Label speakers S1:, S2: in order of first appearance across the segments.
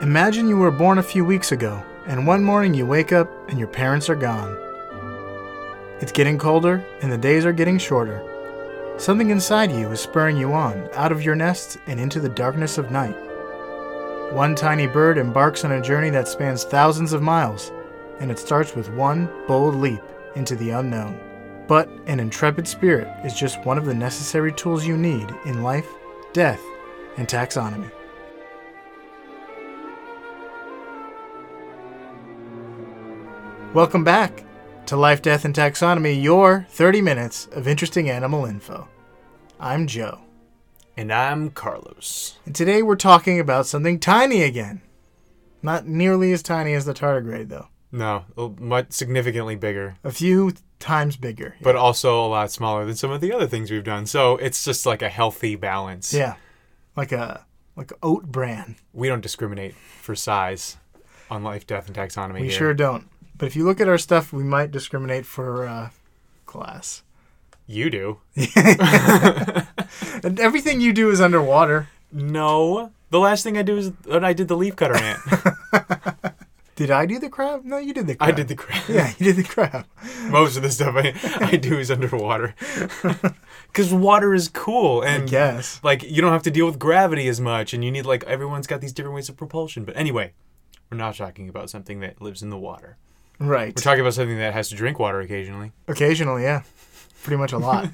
S1: Imagine you were born a few weeks ago, and one morning you wake up and your parents are gone. It's getting colder, and the days are getting shorter. Something inside you is spurring you on, out of your nest and into the darkness of night. One tiny bird embarks on a journey that spans thousands of miles, and it starts with one bold leap into the unknown. But an intrepid spirit is just one of the necessary tools you need in life, death, and taxonomy. Welcome back to Life, Death, and Taxonomy, your 30 minutes of interesting animal info. I'm Joe,
S2: And I'm Carlos.
S1: and today we're talking about something tiny again. Not nearly as tiny as the tardigrade, though.
S2: No, a- much significantly bigger,
S1: A few times bigger.
S2: but also a lot smaller than some of the other things we've done. So it's just like a healthy balance.
S1: Yeah, like a like oat bran.
S2: We don't discriminate for size on life, death, and taxonomy.
S1: We
S2: here.
S1: sure don't. But if you look at our stuff, we might discriminate for uh, class.
S2: You do.
S1: And everything you do is underwater.
S2: No. The last thing I do is uh, I did the leaf cutter ant.
S1: Did I do the crab? No, you did the crab.
S2: I did the crab.
S1: Yeah, you did the crab.
S2: Most of the stuff I, I do is underwater. Because water is cool. And
S1: Yes.
S2: like you don't have to deal with gravity as much and you need like everyone's got these different ways of propulsion but anyway we're not talking about something that lives in the water
S1: Right.
S2: we're talking about something that has to drink water occasionally
S1: Occasionally, yeah. Pretty much a lot.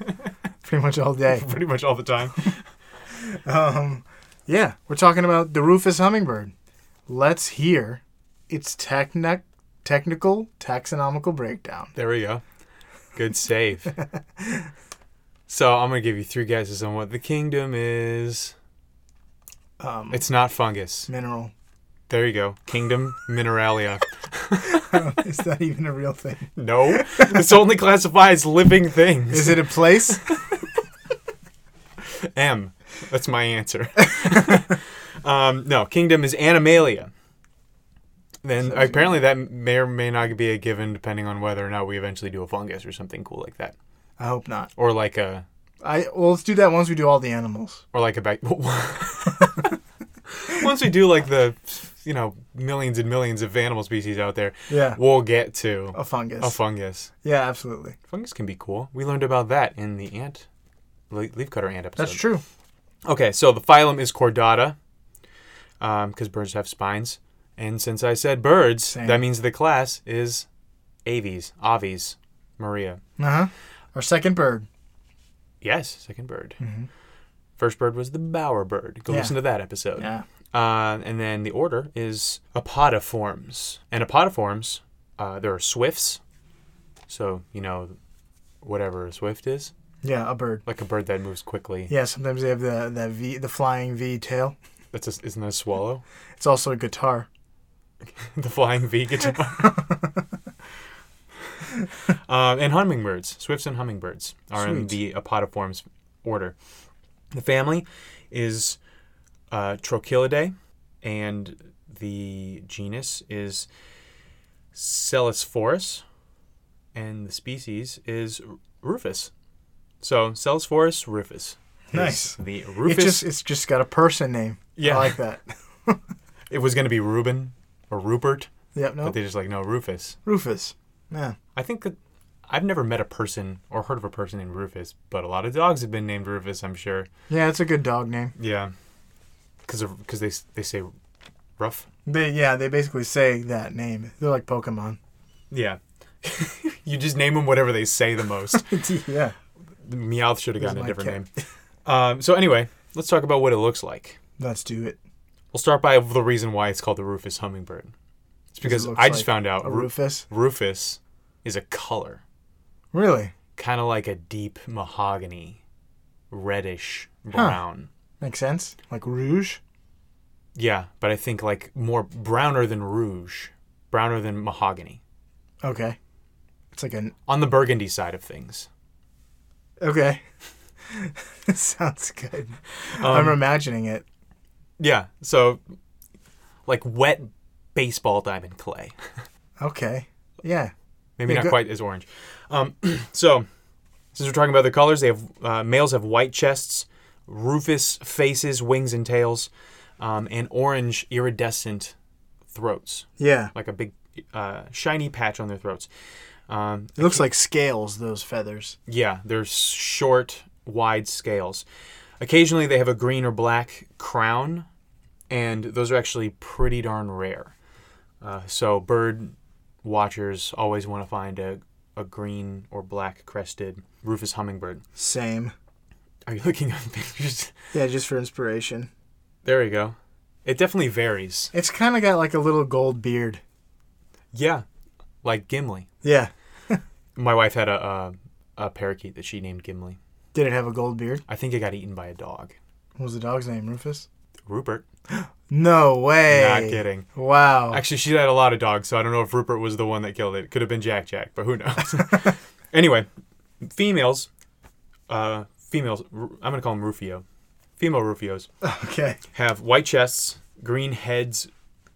S1: Pretty much all day.
S2: pretty much all the time
S1: Um, yeah, we're talking about the Rufus hummingbird. Let's hear its technic- technical taxonomical breakdown.
S2: there we go good save so i'm gonna give you three guesses on what the kingdom is
S1: Um,
S2: it's not fungus
S1: mineral.
S2: there you go kingdom mineralia
S1: Is that even a real thing?
S2: no this only classifies living things
S1: Is it a place?
S2: m that's my answer um, no kingdom is animalia then apparently that may or may not be a given depending on whether or not we eventually do a fungus or something cool like that
S1: I hope not.
S2: or like a
S1: I well, let's do that once we do all the animals.
S2: or like a back once we do like the you know millions and millions of animal species out there
S1: Yeah.
S2: we'll get to
S1: A fungus.
S2: a fungus
S1: yeah, absolutely.
S2: fungus can be cool we learned about that in the ant le- leafcutter ant episode
S1: That's true.
S2: Okay, so the phylum is Chordata, because birds have spines. And since I said birds,
S1: Same.
S2: that means the class is aves, aves, Maria.
S1: Uh huh. Our second bird.
S2: Yes, second bird. First bird was the bowerbird. Go
S1: Mm-hmm. Yeah.
S2: listen to that episode.
S1: Yeah.
S2: Uh, and then the order is apodiforms. And apodiforms, uh, there are swifts. So, you know, whatever a swift is,
S1: Yeah, a bird.
S2: like a bird that moves quickly.
S1: Yeah. Sometimes they have the that V, the flying V tail.
S2: That's a, isn't that a swallow?
S1: It's also a guitar.
S2: the flying V guitar. um, and hummingbirds, swifts and hummingbirds are in
S1: Sweet.
S2: the apodiforms order. The family is uh, Trochilidae, and the genus is Celisphorus, and the species is R- Rufus. So Celisphorus rufus. is
S1: Nice.
S2: The
S1: It
S2: Rufus.
S1: just it's just got a person name.
S2: Yeah.
S1: I like that.
S2: it was going to be Reuben or Rupert,
S1: Yep. No.
S2: but they just like no Rufus.
S1: Rufus. Yeah.
S2: I think that I've never met a person or heard of a person named Rufus, but a lot of dogs have been named Rufus, I'm sure.
S1: Yeah, it's a good dog name.
S2: Yeah, because because they s- they say rough.
S1: They yeah they basically say that name. They're like Pokemon.
S2: Yeah, you just name them whatever they say the most.
S1: yeah.
S2: Meowth should have gotten a
S1: This is my
S2: different name. Um, so anyway, let's talk about what it looks like.
S1: Let's do it.
S2: We'll start by the reason why it's called the Rufus hummingbird. It's because
S1: looks
S2: I just
S1: like
S2: found out
S1: A
S2: Ru-
S1: Rufus.
S2: Rufus is a color,
S1: Really?
S2: kind of like a deep mahogany, reddish brown.
S1: Makes sense. Like rouge.
S2: Yeah, but I think like more browner than rouge, browner than mahogany
S1: Okay. It's like an
S2: on the burgundy side of things.
S1: Okay. Sounds good.
S2: Um,
S1: I'm imagining it.
S2: Yeah, so like wet baseball diamond clay.
S1: Okay. Yeah.
S2: Maybe
S1: Yeah,
S2: not
S1: go-
S2: quite as orange. Um, so since we're talking about their colors, they have uh, males have white chests, rufous faces, wings and tails, um, and orange iridescent throats,
S1: Yeah.
S2: like a big uh, shiny patch on their throats. Um,
S1: It looks like scales, those feathers.
S2: yeah, they're short, wide scales. Occasionally, they have a green or black crown, and those are actually pretty darn rare. Uh, so, bird watchers always want to find a, a green or black crested Rufus hummingbird.
S1: Same.
S2: Are you looking up pictures?
S1: Yeah, just for inspiration.
S2: There we go. It definitely varies.
S1: It's kind of got like a little gold beard.
S2: Yeah, like Gimli.
S1: Yeah.
S2: My wife had a, a a parakeet that she named Gimli.
S1: Did it have a gold beard?
S2: I think it got eaten by a dog.
S1: What was the dog's name? Rufus?
S2: Rupert.
S1: No way.
S2: Not kidding.
S1: Wow.
S2: Actually, she had a lot of dogs, so I don't know if Rupert was the one that killed it. It could have been Jack Jack, but who knows? anyway, females, uh, females, Ru- I'm going to call them Rufio. Female Rufios
S1: Okay.
S2: have white chests, green heads,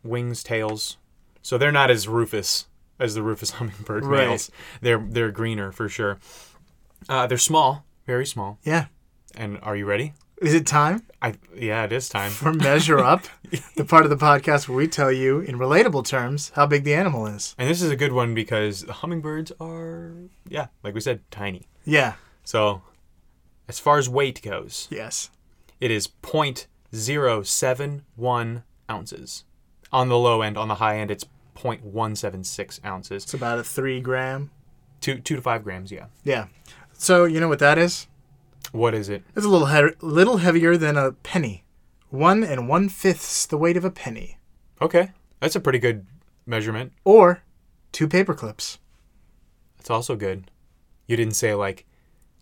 S2: wings, tails. So they're not as Rufus as the Rufus hummingbird
S1: Right.
S2: males. They're they're greener for sure. Uh, they're small, very small.
S1: Yeah.
S2: And are you ready?
S1: Is it time?
S2: I yeah, it is time.
S1: for Measure Up, the part of the podcast where we tell you in relatable terms how big the animal is.
S2: And this is a good one because the hummingbirds are yeah, like we said, tiny.
S1: Yeah.
S2: So, as far as weight goes,
S1: Yes.
S2: it is 0.071 ounces. On the low end, on the high end, it's 0.176 ounces.
S1: It's about a three gram.
S2: Two, two to five grams, yeah.
S1: Yeah. So you know what that is?
S2: What is it?
S1: It's a little he- little heavier than a penny, one and one fifths the weight of a penny,
S2: Okay, that's a pretty good measurement.
S1: or two paper clips,
S2: That's also good. You didn't say like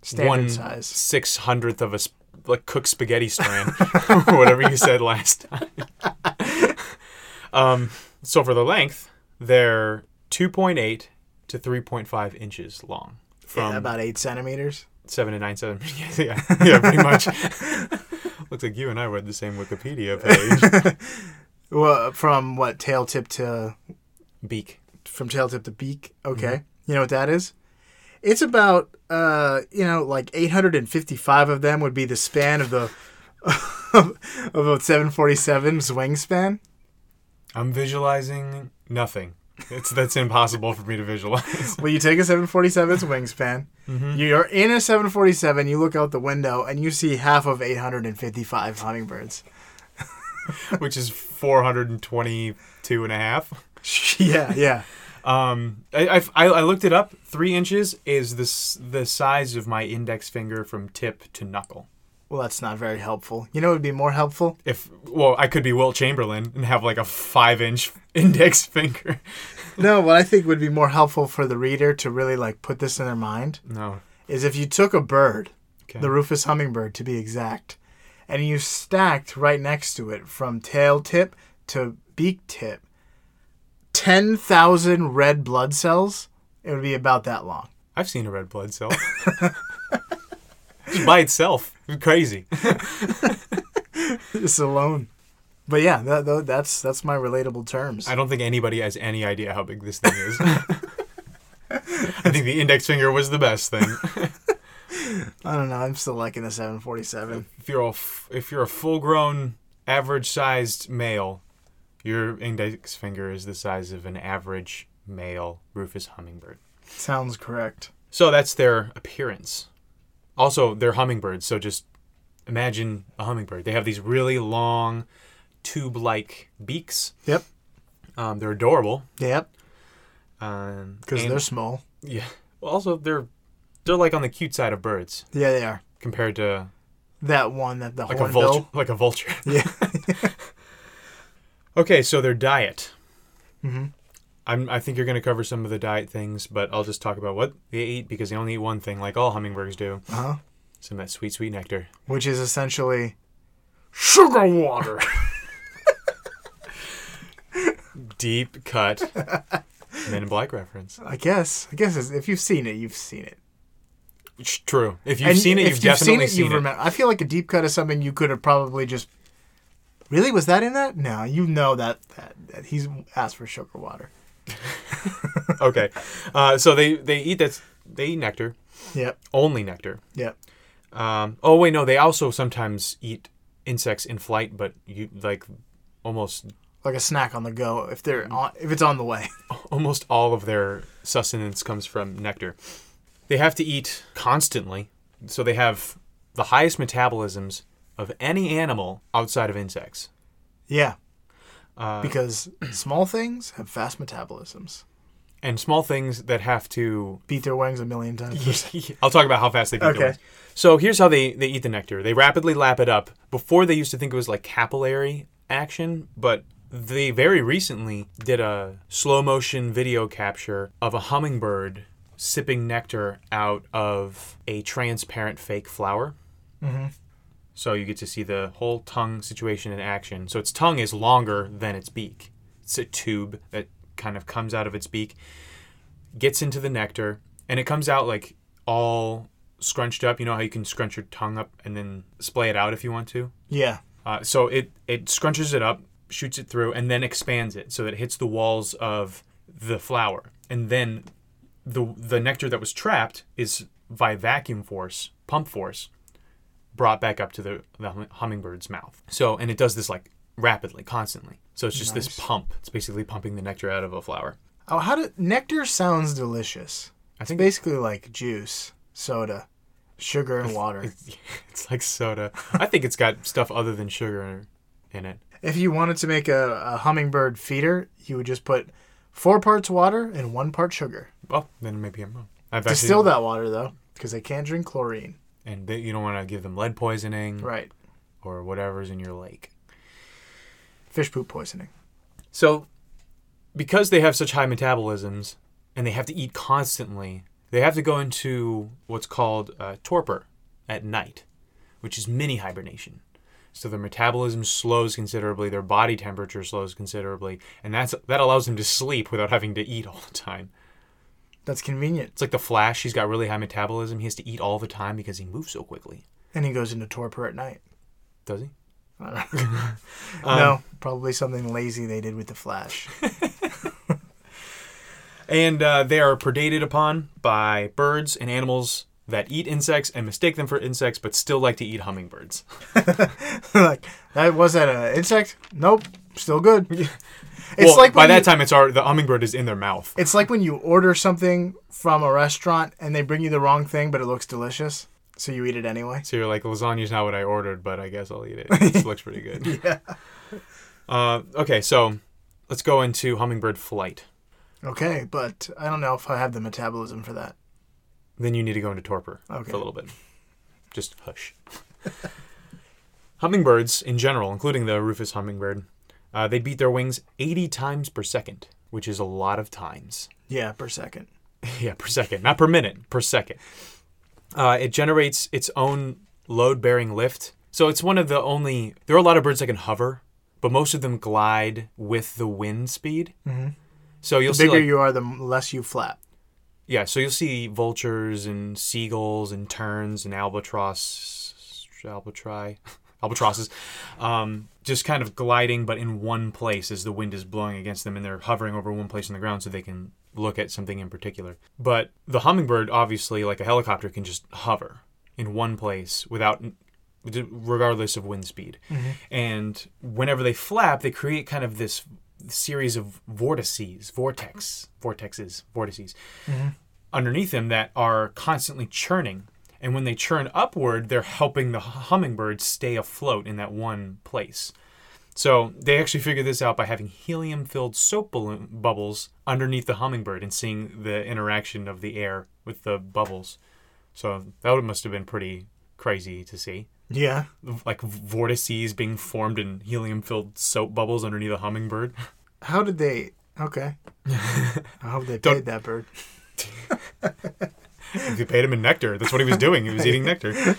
S1: standard
S2: one
S1: size.
S2: six hundredth of a sp- like cooked spaghetti strand, or whatever you said last time. um, so for the length, they're 2.8 to 3.5 inches long. From
S1: Yeah, about eight centimeters.
S2: seven to nine seven. yeah, yeah, yeah, pretty much. Looks like you and I read the same Wikipedia page.
S1: Well, from what tail tip to
S2: Beak.
S1: from tail tip to beak. Okay. You know what that is? It's about uh, you know, like 855 of them would be the span of the of, a 747's wingspan.
S2: I'm visualizing nothing. It's that's impossible for me to visualize.
S1: Well, you take a 747's wingspan. You're in a 747, you look out the window and you see half of 855 hummingbirds.
S2: Which is 422 and a half.
S1: yeah, yeah.
S2: Um, I, I've- I, I looked it up. Three inches is this the size of my index finger from tip to knuckle.
S1: Well, that's not very helpful. You know it would be more helpful?
S2: If well, I could be Wilt Chamberlain and have like a five inch index finger.
S1: no, what I think would be more helpful for the reader to really like put this in their mind
S2: No,
S1: is if you took a bird
S2: okay.
S1: the Rufus hummingbird to be exact, and you stacked right next to it from tail tip to beak tip 10,000 red blood cells, it would be about that long.
S2: I've seen a red blood cell. Just by itself, crazy.
S1: Just alone. But yeah, that, tho- that's that's my relatable terms.
S2: I don't think anybody has any idea how big this thing is. I think the index finger was the best thing.
S1: I don't know. I'm still liking the 747.
S2: If you're a f- if you're a full grown average sized male, your index finger is the size of an average male Rufus hummingbird.
S1: Sounds correct.
S2: So that's their appearance. Also, they're hummingbirds, so just imagine a hummingbird. They have these really long tube like beaks.
S1: Yep.
S2: Um, they're adorable.
S1: Yep.
S2: Um,
S1: Because
S2: and-
S1: they're small.
S2: yeah. Well, also they're they're like on the cute side of birds
S1: Yeah, they are.
S2: compared to
S1: That one that the
S2: like a
S1: hornbill.
S2: vulture, like a vulture.
S1: Yeah.
S2: Okay, so their diet.
S1: Mhm.
S2: I'm, I think you're going to cover some of the diet things, but I'll just talk about what they eat because they only eat one thing, like all hummingbirds do.
S1: Uh huh.
S2: Some of that sweet, sweet nectar.
S1: Which is essentially sugar water.
S2: Deep cut. Men in Black reference.
S1: I guess. I guess it's, if you've seen it, you've seen it.
S2: It's true. If you've
S1: And
S2: seen it,
S1: if
S2: you've, definitely seen it.
S1: you've remem- I feel like a deep cut is something you could have probably just. Really, was that in that? No, you know that that, that he's asked for sugar water.
S2: okay, uh, so they they eat that. They eat nectar,
S1: Yep,
S2: only nectar.
S1: yep.
S2: Um, oh wait, no, they also sometimes eat insects in flight, but you like almost
S1: like a snack on the go if
S2: Mm-hmm.
S1: they're on, if it's on the way.
S2: Almost all of their sustenance comes from nectar. They have to eat constantly, so they have the highest metabolisms of any animal outside of insects.
S1: Yeah.
S2: Uh,
S1: because small things have fast metabolisms.
S2: And small things that have to
S1: Beat their wings a million times.
S2: I'll talk about how fast they beat
S1: Okay.
S2: their wings. So here's how they, they eat the nectar. They rapidly lap it up. Before they used to think it was like capillary action, but they very recently did a slow motion video capture of a hummingbird sipping nectar out of a transparent fake flower. Mm-hmm. So you get to see the whole tongue situation in action. So its tongue is longer than its beak. It's a tube that kind of comes out of its beak gets into the nectar and it comes out like all scrunched up. You know how you can scrunch your tongue up and then splay it out if you want to.
S1: Yeah.
S2: Uh, so it it scrunches it up, shoots it through, and then expands it so that it hits the walls of the flower, and then the the nectar that was trapped is by vacuum force, pump force, brought back up to the the hum- hummingbird's mouth. So and it does this like rapidly, constantly. So it's just this pump. It's basically pumping the nectar out of a flower.
S1: Oh, how do nectar sounds delicious.
S2: I think
S1: Basically like juice, soda, sugar and water.
S2: It's like soda. I think it's got stuff other than sugar in it.
S1: If you wanted to make a, a hummingbird feeder, you would just put four parts water and one part sugar.
S2: Well, then maybe I'm wrong. I've
S1: Distill that water though, because they can't drink chlorine.
S2: and they, you don't want to give them lead poisoning
S1: Right.
S2: or whatever's in your lake.
S1: Fish poop poisoning.
S2: So, because they have such high metabolisms and they have to eat constantly, they have to go into what's called uh, torpor at night, which is mini hibernation. So their metabolism slows considerably, their body temperature slows considerably, and that's that allows them to sleep without having to eat all the time.
S1: That's convenient.
S2: It's like the Flash. He's got really high metabolism. He has to eat all the time because he moves so quickly.
S1: And he goes into torpor at night.
S2: Does he? Um,
S1: no, probably something lazy they did with the Flash.
S2: And uh, they are predated upon by birds and animals that eat insects and mistake them for insects, but still like to eat hummingbirds.
S1: like that was that an insect? Nope, still good. It's
S2: well,
S1: like
S2: by
S1: when
S2: that
S1: you-
S2: time, it's our the hummingbird is in their mouth.
S1: It's like when you order something from a restaurant and they bring you the wrong thing, but it looks delicious, so you eat it anyway.
S2: So you're like, lasagna's not what I ordered, but I guess I'll eat it. This looks pretty good. yeah. Uh, okay, so let's go into hummingbird flight.
S1: Okay, but I don't know if I have the metabolism for that.
S2: then you need to go into torpor
S1: Okay.
S2: for a little bit. Just hush. Hummingbirds, in general, including the Rufus hummingbird, uh, they beat their wings 80 times per second, which is a lot of times.
S1: Yeah, per second.
S2: yeah, per second, not per minute, per second. Uh, it generates its own load bearing lift. So it's one of the only, there are a lot of birds that can hover, but most of them glide with the wind speed. Mm-hmm. So you'll
S1: The
S2: see
S1: bigger
S2: like,
S1: you are, the m- less you flap.
S2: yeah, so you'll see vultures and seagulls and terns and albatross, albatri, albatrosses, um, just kind of gliding, but in one place as the wind is blowing against them, and they're hovering over one place on the ground so they can look at something in particular. But the hummingbird, obviously, like a helicopter, can just hover in one place without regardless of wind speed. And whenever they flap, they create kind of this series of vortices, vortex, vortexes, vortices underneath them that are constantly churning. And when they churn upward, they're helping the hummingbird stay afloat in that one place. So they actually figured this out by having helium-filled soap balloon bubbles underneath the hummingbird and seeing the interaction of the air with the bubbles. So that would- must have been pretty crazy to see
S1: Yeah,
S2: like vortices being formed in helium filled soap bubbles underneath a hummingbird.
S1: how did they? Okay, I hope they
S2: Don't-
S1: paid that bird.
S2: you paid him in nectar. That's what he was doing. He was eating nectar.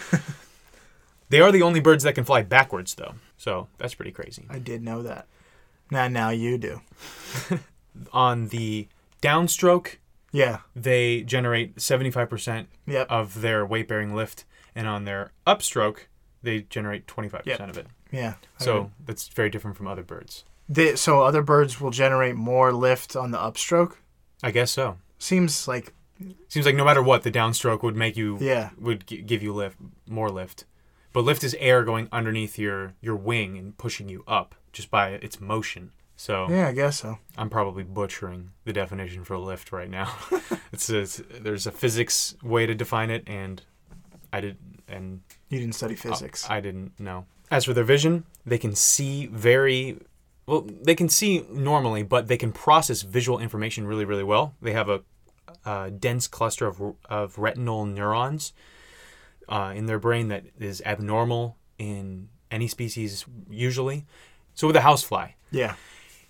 S2: They are the only birds that can fly backwards, though. So that's pretty crazy.
S1: I did know that. Now, now you do.
S2: On the downstroke,
S1: Yeah.
S2: they generate 75%
S1: Yep.
S2: of their weight bearing lift. And on their upstroke, they generate 25%
S1: Yep.
S2: of it.
S1: yeah. I
S2: So
S1: mean,
S2: that's very different from other birds.
S1: they, so other birds will generate more lift on the upstroke.
S2: I guess so.
S1: Seems like
S2: Seems like no matter what, the downstroke would make you
S1: Yeah.
S2: would g- give you lift more lift, but lift is air going underneath your your wing and pushing you up just by its motion. So
S1: Yeah, I guess so.
S2: I'm probably butchering the definition for lift right now. it's, it's there's a physics way to define it, and I did and
S1: You didn't study physics.
S2: I didn't know. As for their vision, they can see very well. They can see normally, but they can process visual information really, really well. They have a, uh dense cluster of of retinal neurons uh, in their brain that is abnormal in any species usually. So with a housefly,
S1: yeah.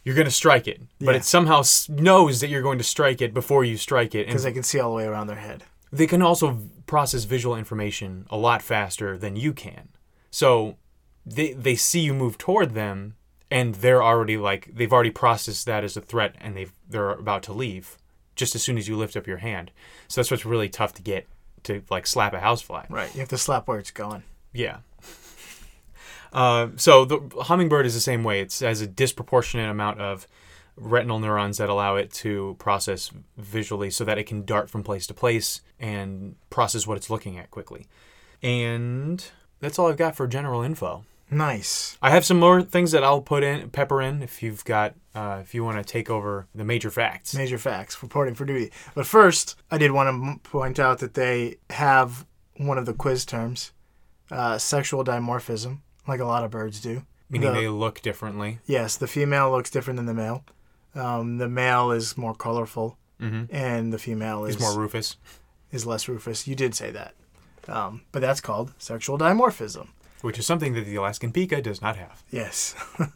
S2: you're going to strike it, but
S1: Yeah.
S2: it somehow s- knows that you're going to strike it before you strike it. And
S1: Because they can see all the way around their head.
S2: they can also v- process visual information a lot faster than you can. So they they see you move toward them and they're already like they've already processed that as a threat and they they're about to leave just as soon as you lift up your hand. So that's what's really tough to get to like slap a housefly.
S1: Right. You have to slap where it's going.
S2: Yeah. Uh, so the hummingbird is the same way. It has a disproportionate amount of retinal neurons that allow it to process visually, so that it can dart from place to place and process what it's looking at quickly. And that's all I've got for general info.
S1: Nice.
S2: I have some more things that I'll put in, pepper in, if you've got, uh, if you want to take over the major facts.
S1: Major facts. Reporting for duty. But first, I did want to m- point out that they have one of the quiz terms, uh, sexual dimorphism, like a lot of birds do.
S2: Meaning
S1: the-
S2: they look differently.
S1: Yes, the female looks different than the male. Um, the male is more colorful, and the female is
S2: It's more Rufus,
S1: is less rufous. You did say that, um, but that's called sexual dimorphism.
S2: which is something that the Alaskan pika does not have.
S1: Yes. uh,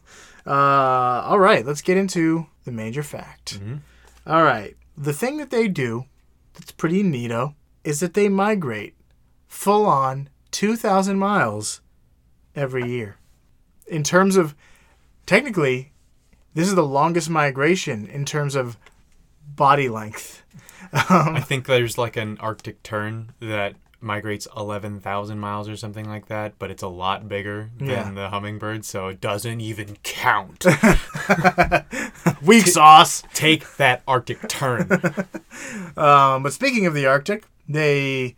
S1: all right, let's get into the major fact. All right, the thing that they do that's pretty neato is that they migrate full on 2,000 miles every year. In terms of, technically, this is the longest migration in terms of body length.
S2: I think there's like an Arctic tern that migrates 11,000 miles or something like that, but it's a lot bigger than
S1: Yeah.
S2: the hummingbird, so it doesn't even count.
S1: Weak sauce!
S2: Take that Arctic tern.
S1: Um, but speaking of the Arctic, they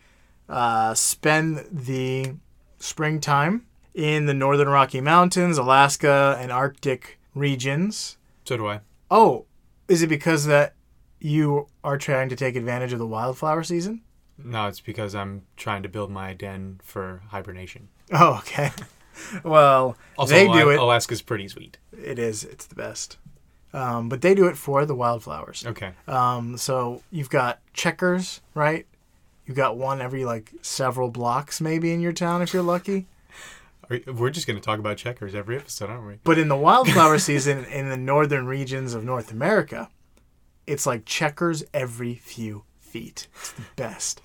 S1: uh, spend the springtime in the northern Rocky Mountains, Alaska, and Arctic regions.
S2: So do I.
S1: Oh, is it because that you are trying to take advantage of the wildflower season?
S2: No, it's because I'm trying to build my den for hibernation.
S1: Oh, okay. well,
S2: Also, Oh.
S1: they
S2: Ala-
S1: do it.
S2: Alaska's pretty sweet.
S1: It is. It's the best. Um, but they do it for the wildflowers.
S2: Okay.
S1: Um, so you've got checkers, right? You've got one every like several blocks, maybe in your town if you're lucky.
S2: Are, we're just going to talk about checkers every episode, aren't we?
S1: But in the wildflower season in the northern regions of North America, it's like checkers every few feet. It's the best.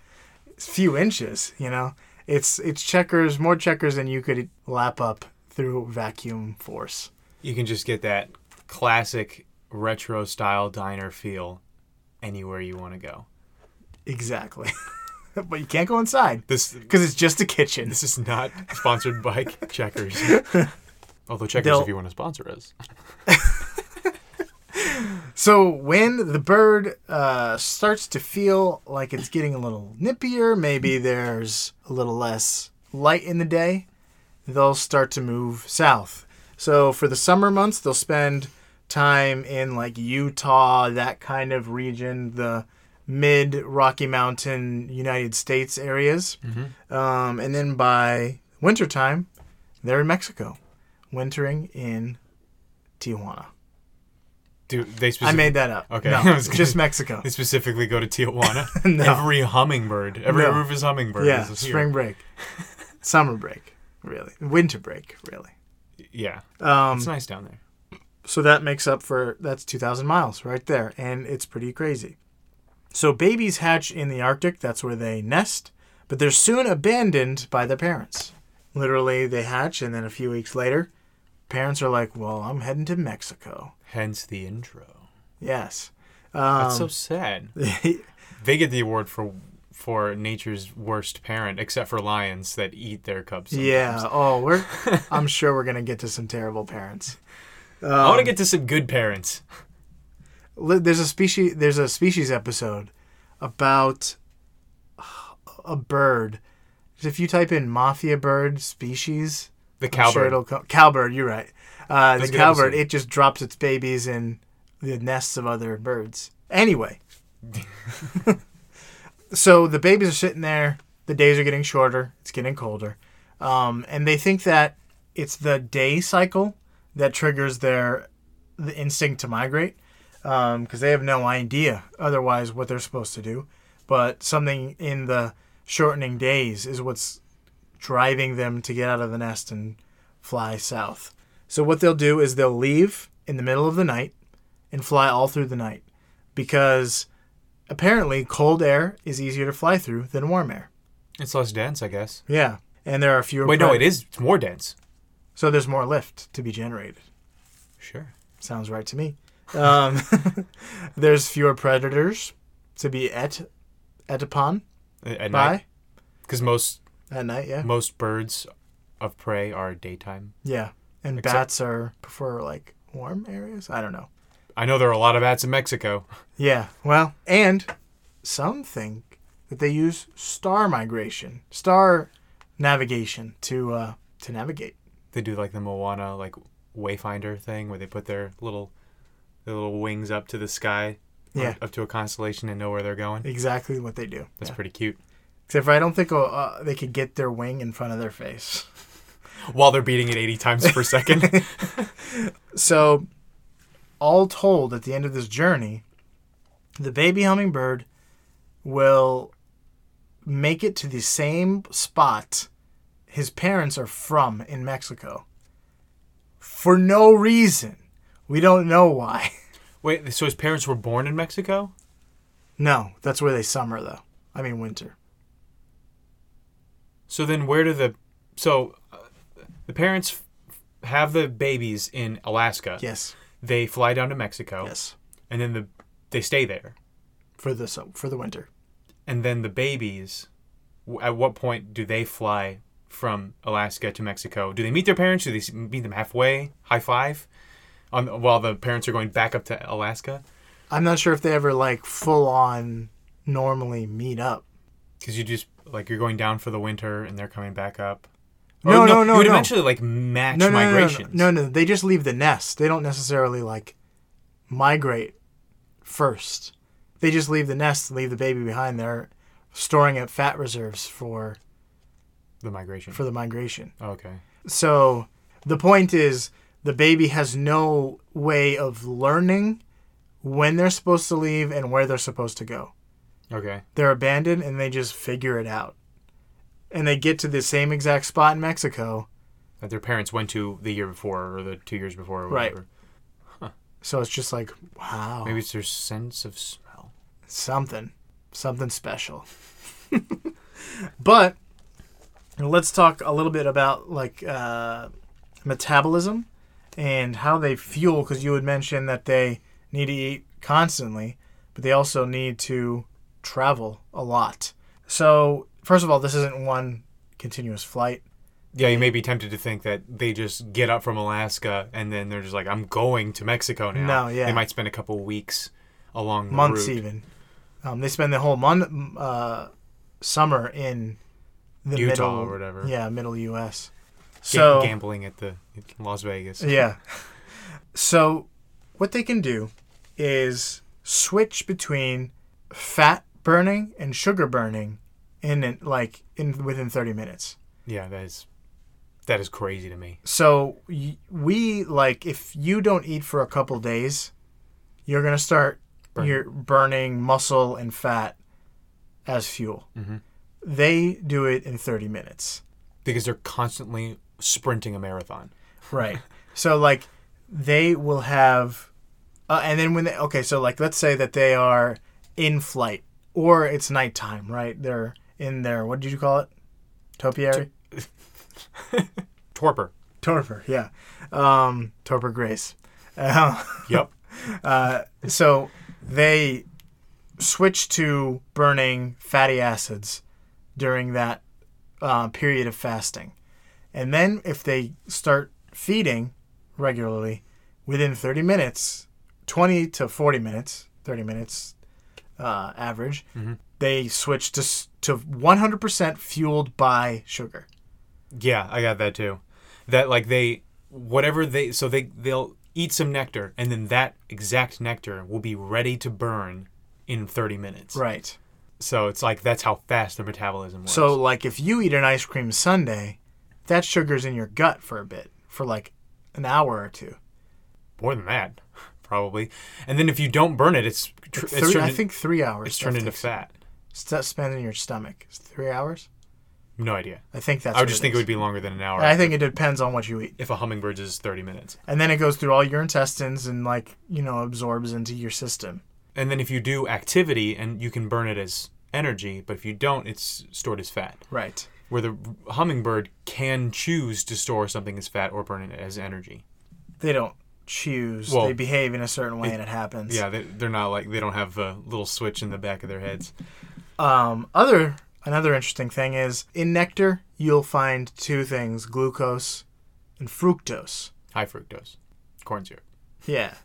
S1: It's few inches, you know. It's it's checkers, more checkers than you could lap up through vacuum force.
S2: You can just get that classic retro style diner feel anywhere you want to go.
S1: Exactly. but you can't go inside
S2: This
S1: because it's just a kitchen.
S2: This is not sponsored by Checkers. Although Checkers,
S1: They'll-
S2: if you want to sponsor us,
S1: So when the bird uh, starts to feel like it's getting a little nippier, maybe there's a little less light in the day, they'll start to move south. So for the summer months, they'll spend time in like Utah, that kind of region, the mid Rocky Mountain United States areas. Um, and then by wintertime, they're in Mexico, wintering in Tijuana.
S2: do they
S1: I
S2: specifically,
S1: made that up.
S2: Okay.
S1: No,
S2: I was gonna-
S1: just Mexico.
S2: they specifically go to Tijuana?
S1: No.
S2: Every hummingbird, every
S1: No.
S2: Rufus hummingbird.
S1: Yeah,
S2: is here.
S1: spring break, summer break, really, winter break, really.
S2: Yeah,
S1: Um,
S2: it's nice down there.
S1: so that makes up for that's 2,000 miles right there, and it's pretty crazy. So babies hatch in the Arctic. That's where they nest, but they're soon abandoned by their parents. Literally, they hatch, and then a few weeks later, parents are like, "Well, I'm heading to Mexico."
S2: Hence the intro.
S1: Yes.
S2: That's
S1: Um,
S2: so sad. They get the award for for nature's worst parent, except for lions that eat their cubs. sometimes.
S1: yeah. Oh, we're. I'm sure we're gonna get to some terrible parents.
S2: I
S1: um,
S2: want to get to some good parents.
S1: li- there's a species there's a species episode about a bird. If you type in mafia bird species,
S2: The
S1: I'm sure
S2: cowbird.
S1: it'll co- cowbird. You're right. Uh, the
S2: good
S1: cowbird,
S2: episode.
S1: it just drops its babies in the nests of other birds. Anyway, so the babies are sitting there. The days are getting shorter. It's getting colder, um, and they think that it's the day cycle that triggers their the instinct to migrate because they have no idea otherwise what they're supposed to do. But something in the shortening days is what's driving them to get out of the nest and fly south. So what they'll do is they'll leave in the middle of the night and fly all through the night because apparently cold air is easier to fly through than warm air.
S2: It's less dense, I guess.
S1: Yeah, and there are fewer.
S2: Wait, no,
S1: pred-
S2: it is. It's more dense.
S1: So there's more lift to be generated.
S2: Sure.
S1: Sounds right to me. Um, there's fewer predators to be et et upon
S2: At
S1: by
S2: night, because most
S1: at night. Yeah,
S2: most birds of prey are daytime.
S1: yeah, and
S2: Except-
S1: bats are prefer like warm areas. I don't know.
S2: I know there are a lot of bats in Mexico.
S1: Yeah, well, and some think that they use star migration, star navigation to uh, to navigate.
S2: They do like the Moana like wayfinder thing where they put their little their little wings up to the sky, or
S1: Yeah.
S2: up to a constellation and know where they're going.
S1: Exactly what they do.
S2: That's
S1: Yeah.
S2: pretty cute.
S1: Except for I don't think uh, uh, they could get their wing in front of their face.
S2: While they're beating it 80 times per second.
S1: So, all told, at the end of this journey, the baby hummingbird will make it to the same spot his parents are from in Mexico for no reason. We don't know why.
S2: Wait, so his parents were born in Mexico?
S1: No, that's where they summer, though. I mean, winter.
S2: So then where do the so uh, the parents f- have the babies in Alaska.
S1: Yes,
S2: They fly down to Mexico
S1: yes,
S2: and then the they stay there.
S1: for the su- for the winter.
S2: And then the babies w- at what point do they fly from Alaska to Mexico? Do they meet their parents? Do they s- meet them halfway? High five? On while the parents are going back up to Alaska?
S1: I'm not sure if they ever like full on normally meet up.
S2: Cuz you just like you're going down for the winter and they're coming back up.
S1: No, no, no,
S2: You would
S1: no.
S2: eventually like match
S1: no, no, no,
S2: migrations.
S1: No, no, no, they just leave the nest. They don't necessarily like migrate first. They just leave the nest, leave the baby behind. They're storing up fat reserves for
S2: The migration. Oh,
S1: for the migration.
S2: okay.
S1: So the point is, the baby has no way of learning when they're supposed to leave and where they're supposed to go.
S2: Okay.
S1: They're abandoned and they just figure it out. And they get to the same exact spot in Mexico.
S2: that their parents went to the year before or the two years before or
S1: Right.
S2: whatever.
S1: So it's just like, wow.
S2: Maybe it's their sense of smell.
S1: something, something special. but let's talk a little bit about like uh, metabolism and how they fuel, because you had mentioned that they need to eat constantly, but they also need to travel a lot. So first of all, this isn't one continuous flight.
S2: Yeah, you may be tempted to think that they just get up from Alaska and then they're just like, I'm going to Mexico now.
S1: No, yeah.
S2: They might spend a couple weeks along the
S1: months
S2: route.
S1: even. Um, they spend the whole mon- uh, summer in the
S2: Utah
S1: middle,
S2: or whatever.
S1: Yeah, middle U.S.
S2: Ga-
S1: So
S2: gambling at the at Las Vegas.
S1: yeah. So what they can do is switch between fat burning and sugar burning in in- like in within 30 minutes.
S2: Yeah, that is that is crazy to me.
S1: So y- we like if you don't eat for a couple days, you're gonna start
S2: Burn.
S1: you're burning muscle and fat as fuel.
S2: Mhm.
S1: They do it in 30 minutes.
S2: Because they're constantly sprinting a marathon.
S1: Right. so like they will have uh, and then when they okay, so like let's say that they are in flight or it's nighttime, right? They're in their what did you call it? Topiary?
S2: Torpor.
S1: Torpor, yeah. Um torpor grace. Uh,
S2: Yep.
S1: uh, so they switch to burning fatty acids during that uh, period of fasting. And then if they start feeding regularly within 30 minutes, 20 to 40 minutes, 30 minutes uh, average, they switch to, s- to 100% fueled by sugar.
S2: Yeah, I got that too. That like they whatever they so they they'll eat some nectar and then that exact nectar will be ready to burn in 30 minutes.
S1: Right.
S2: So it's like that's how fast their metabolism works.
S1: So, like, if you eat an ice cream sundae, that sugar's in your gut for a bit, for like an hour or two.
S2: more than that, probably. And then if you don't burn it, it's tr- it's,
S1: Three,
S2: turned,
S1: I
S2: in-
S1: think three hours.
S2: it's turned
S1: that
S2: into
S1: takes-
S2: fat.
S1: Stuff spent in your stomach. It's three hours?
S2: No idea.
S1: I think that's.
S2: I
S1: what
S2: would just think it
S1: is.
S2: would be longer than an hour.
S1: I think it depends on what you eat.
S2: if a hummingbird is 30 minutes.
S1: And then it goes through all your intestines and, like, you know, absorbs into your system.
S2: And then if you do activity and you can burn it as energy, but if you don't, it's stored as fat.
S1: Right.
S2: Where the hummingbird can choose to store something as fat or burn it as energy.
S1: They don't choose.
S2: Well,
S1: they behave in a certain way and it happens.
S2: Yeah, they, they're not like they don't have a little switch in the back of their heads.
S1: Um, other another interesting thing is in nectar you'll find two things: glucose and fructose.
S2: High fructose, corn syrup.
S1: Yeah,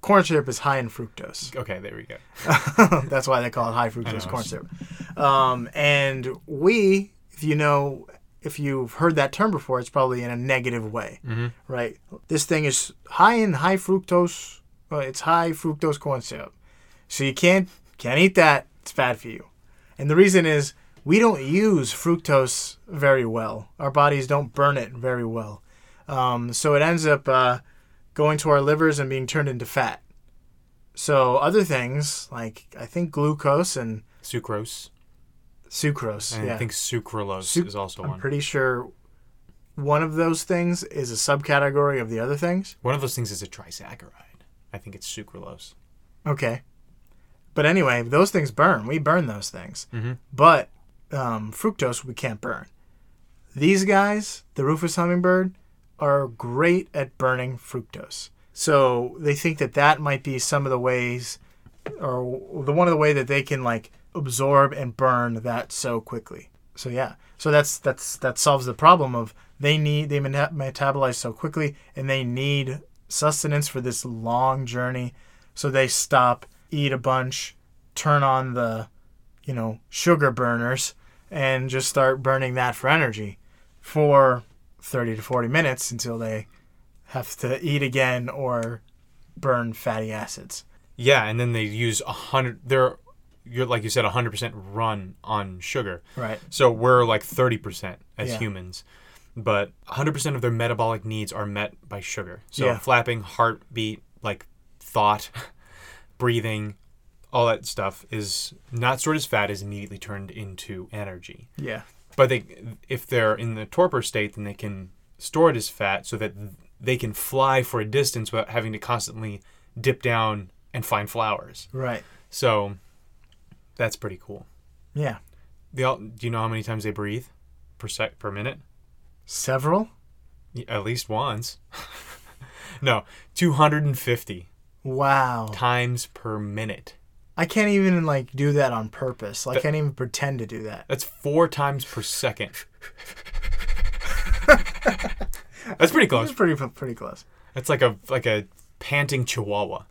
S1: corn syrup is high in fructose.
S2: Okay, there we go.
S1: That's why they call it high fructose
S2: know.
S1: corn syrup. Um, and we, if you know, if you've heard that term before, it's probably in a negative way, right? This thing is high in high fructose. Well, it's high fructose corn syrup, so you can't can't eat that. It's bad for you. And the reason is we don't use fructose very well. Our bodies don't burn it very well, um, so it ends up uh, going to our livers and being turned into fat. So other things like I think glucose and
S2: Sucrose.
S1: sucrose.
S2: And
S1: yeah,
S2: I think sucralose
S1: Suc-
S2: is also
S1: I'm
S2: one.
S1: pretty sure one of those things is a subcategory of the other things.
S2: one of those things is a trisaccharide. I think it's sucralose.
S1: Okay, but anyway, those things burn. We burn those things,
S2: Mm-hmm.
S1: but um, fructose we can't burn. These guys, the rufous hummingbird, are great at burning fructose. So they think that that might be some of the ways, or the one of the way that they can like absorb and burn that so quickly. So yeah, so that's that's that solves the problem of they need they meta- metabolize so quickly and they need sustenance for this long journey. So they stop, eat a bunch, turn on the, you know, sugar burners and just start burning that for energy for 30 to 40 minutes until they have to eat again or burn fatty acids.
S2: Yeah, and then they use a hundred. They're you're like you said, a hundred percent run on sugar.
S1: Right.
S2: So we're like thirty percent as
S1: Yeah.
S2: humans, but a hundred percent of their metabolic needs are met by sugar. So
S1: Yeah.
S2: flapping, heartbeat, like thought, breathing, all that stuff is not stored as fat is immediately turned into energy.
S1: Yeah.
S2: But they, if they're in the torpor state, then they can store it as fat so that they can fly for a distance without having to constantly dip down and find flowers.
S1: Right.
S2: So that's pretty cool.
S1: Yeah.
S2: They all, do you know how many times they breathe per sec per minute?
S1: Several?
S2: Y- At least once. no, 250
S1: Wow.
S2: times per minute.
S1: I can't even like do that on purpose. I can't even pretend to do that.
S2: That's four times per second. that's pretty close.
S1: That's pretty pretty close.
S2: That's like a like a panting chihuahua.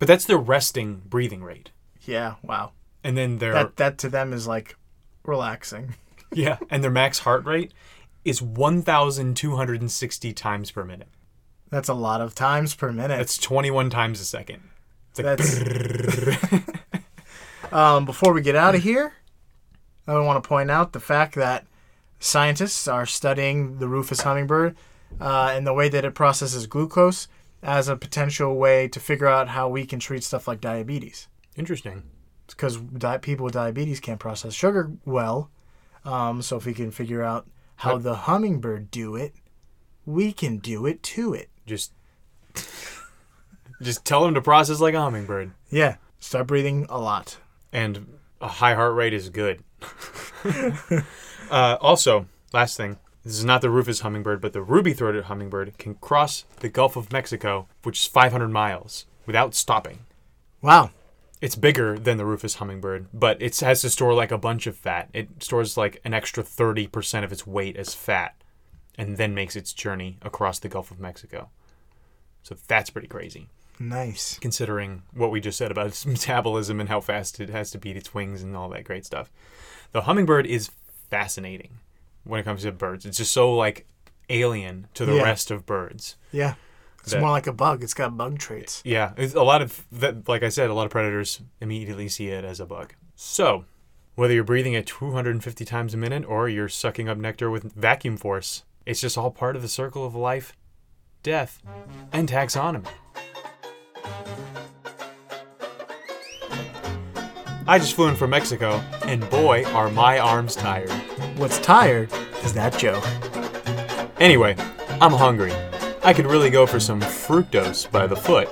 S2: But that's their resting breathing rate.
S1: Yeah, wow.
S2: And then their
S1: That that to them is like relaxing.
S2: yeah, and their max heart rate is 1260 times per minute.
S1: That's a lot of times per minute.
S2: That's 21 times a second. It's like
S1: That's um, before we get out of here. I want to point out the fact that scientists are studying the rufous hummingbird uh, and the way that it processes glucose as a potential way to figure out how we can treat stuff like diabetes.
S2: interesting.
S1: Because di- people with diabetes can't process sugar well, um, so if we can figure out how the hummingbird do it, we can do it to it.
S2: Just just tell them to process like a hummingbird.
S1: Yeah, start breathing a lot.
S2: And a high heart rate is good. uh, also, last thing. This is not the rufous hummingbird, but the ruby-throated hummingbird can cross the Gulf of Mexico, which is 500 miles, without stopping.
S1: Wow.
S2: it's bigger than the rufous hummingbird, but it has to store like a bunch of fat. It stores like an extra 30% of its weight as fat and then makes its journey across the Gulf of Mexico. So that's pretty crazy,
S1: Nice.
S2: considering what we just said about its metabolism and how fast it has to beat its wings and all that great stuff. The hummingbird is fascinating when it comes to birds. It's just so like alien to the
S1: Yeah.
S2: rest of birds.
S1: Yeah. It's
S2: That-
S1: more like a bug. It's got bug traits.
S2: Yeah, it's a lot of that. Like I said, a lot of predators immediately see it as a bug. So, whether you're breathing at 250 times a minute or you're sucking up nectar with vacuum force, it's just all part of the circle of life, death, and taxonomy. I just flew in from Mexico, and boy, are my arms tired.
S1: What's tired is that joke.
S2: Anyway, I'm hungry. I could really go for some fructose by the foot.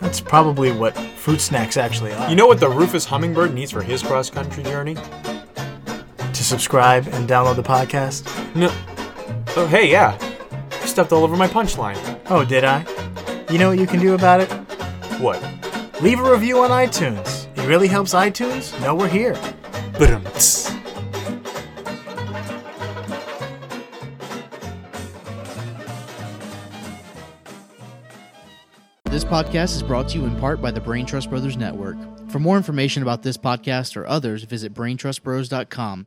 S1: That's probably what fruit snacks actually are.
S2: You know what the Rufus hummingbird needs for his cross country journey?
S1: to subscribe and download the podcast.
S2: No. Oh, hey, yeah. You stepped all over my punchline.
S1: Oh, did I? You know what you can do about it?
S2: What?
S1: Leave a review on iTunes. It really helps iTunes know we're here.
S2: Brumts.
S3: This podcast is brought to you in part by the Brain Trust Brothers Network. For more information about this podcast or others, visit braintrustbros.com.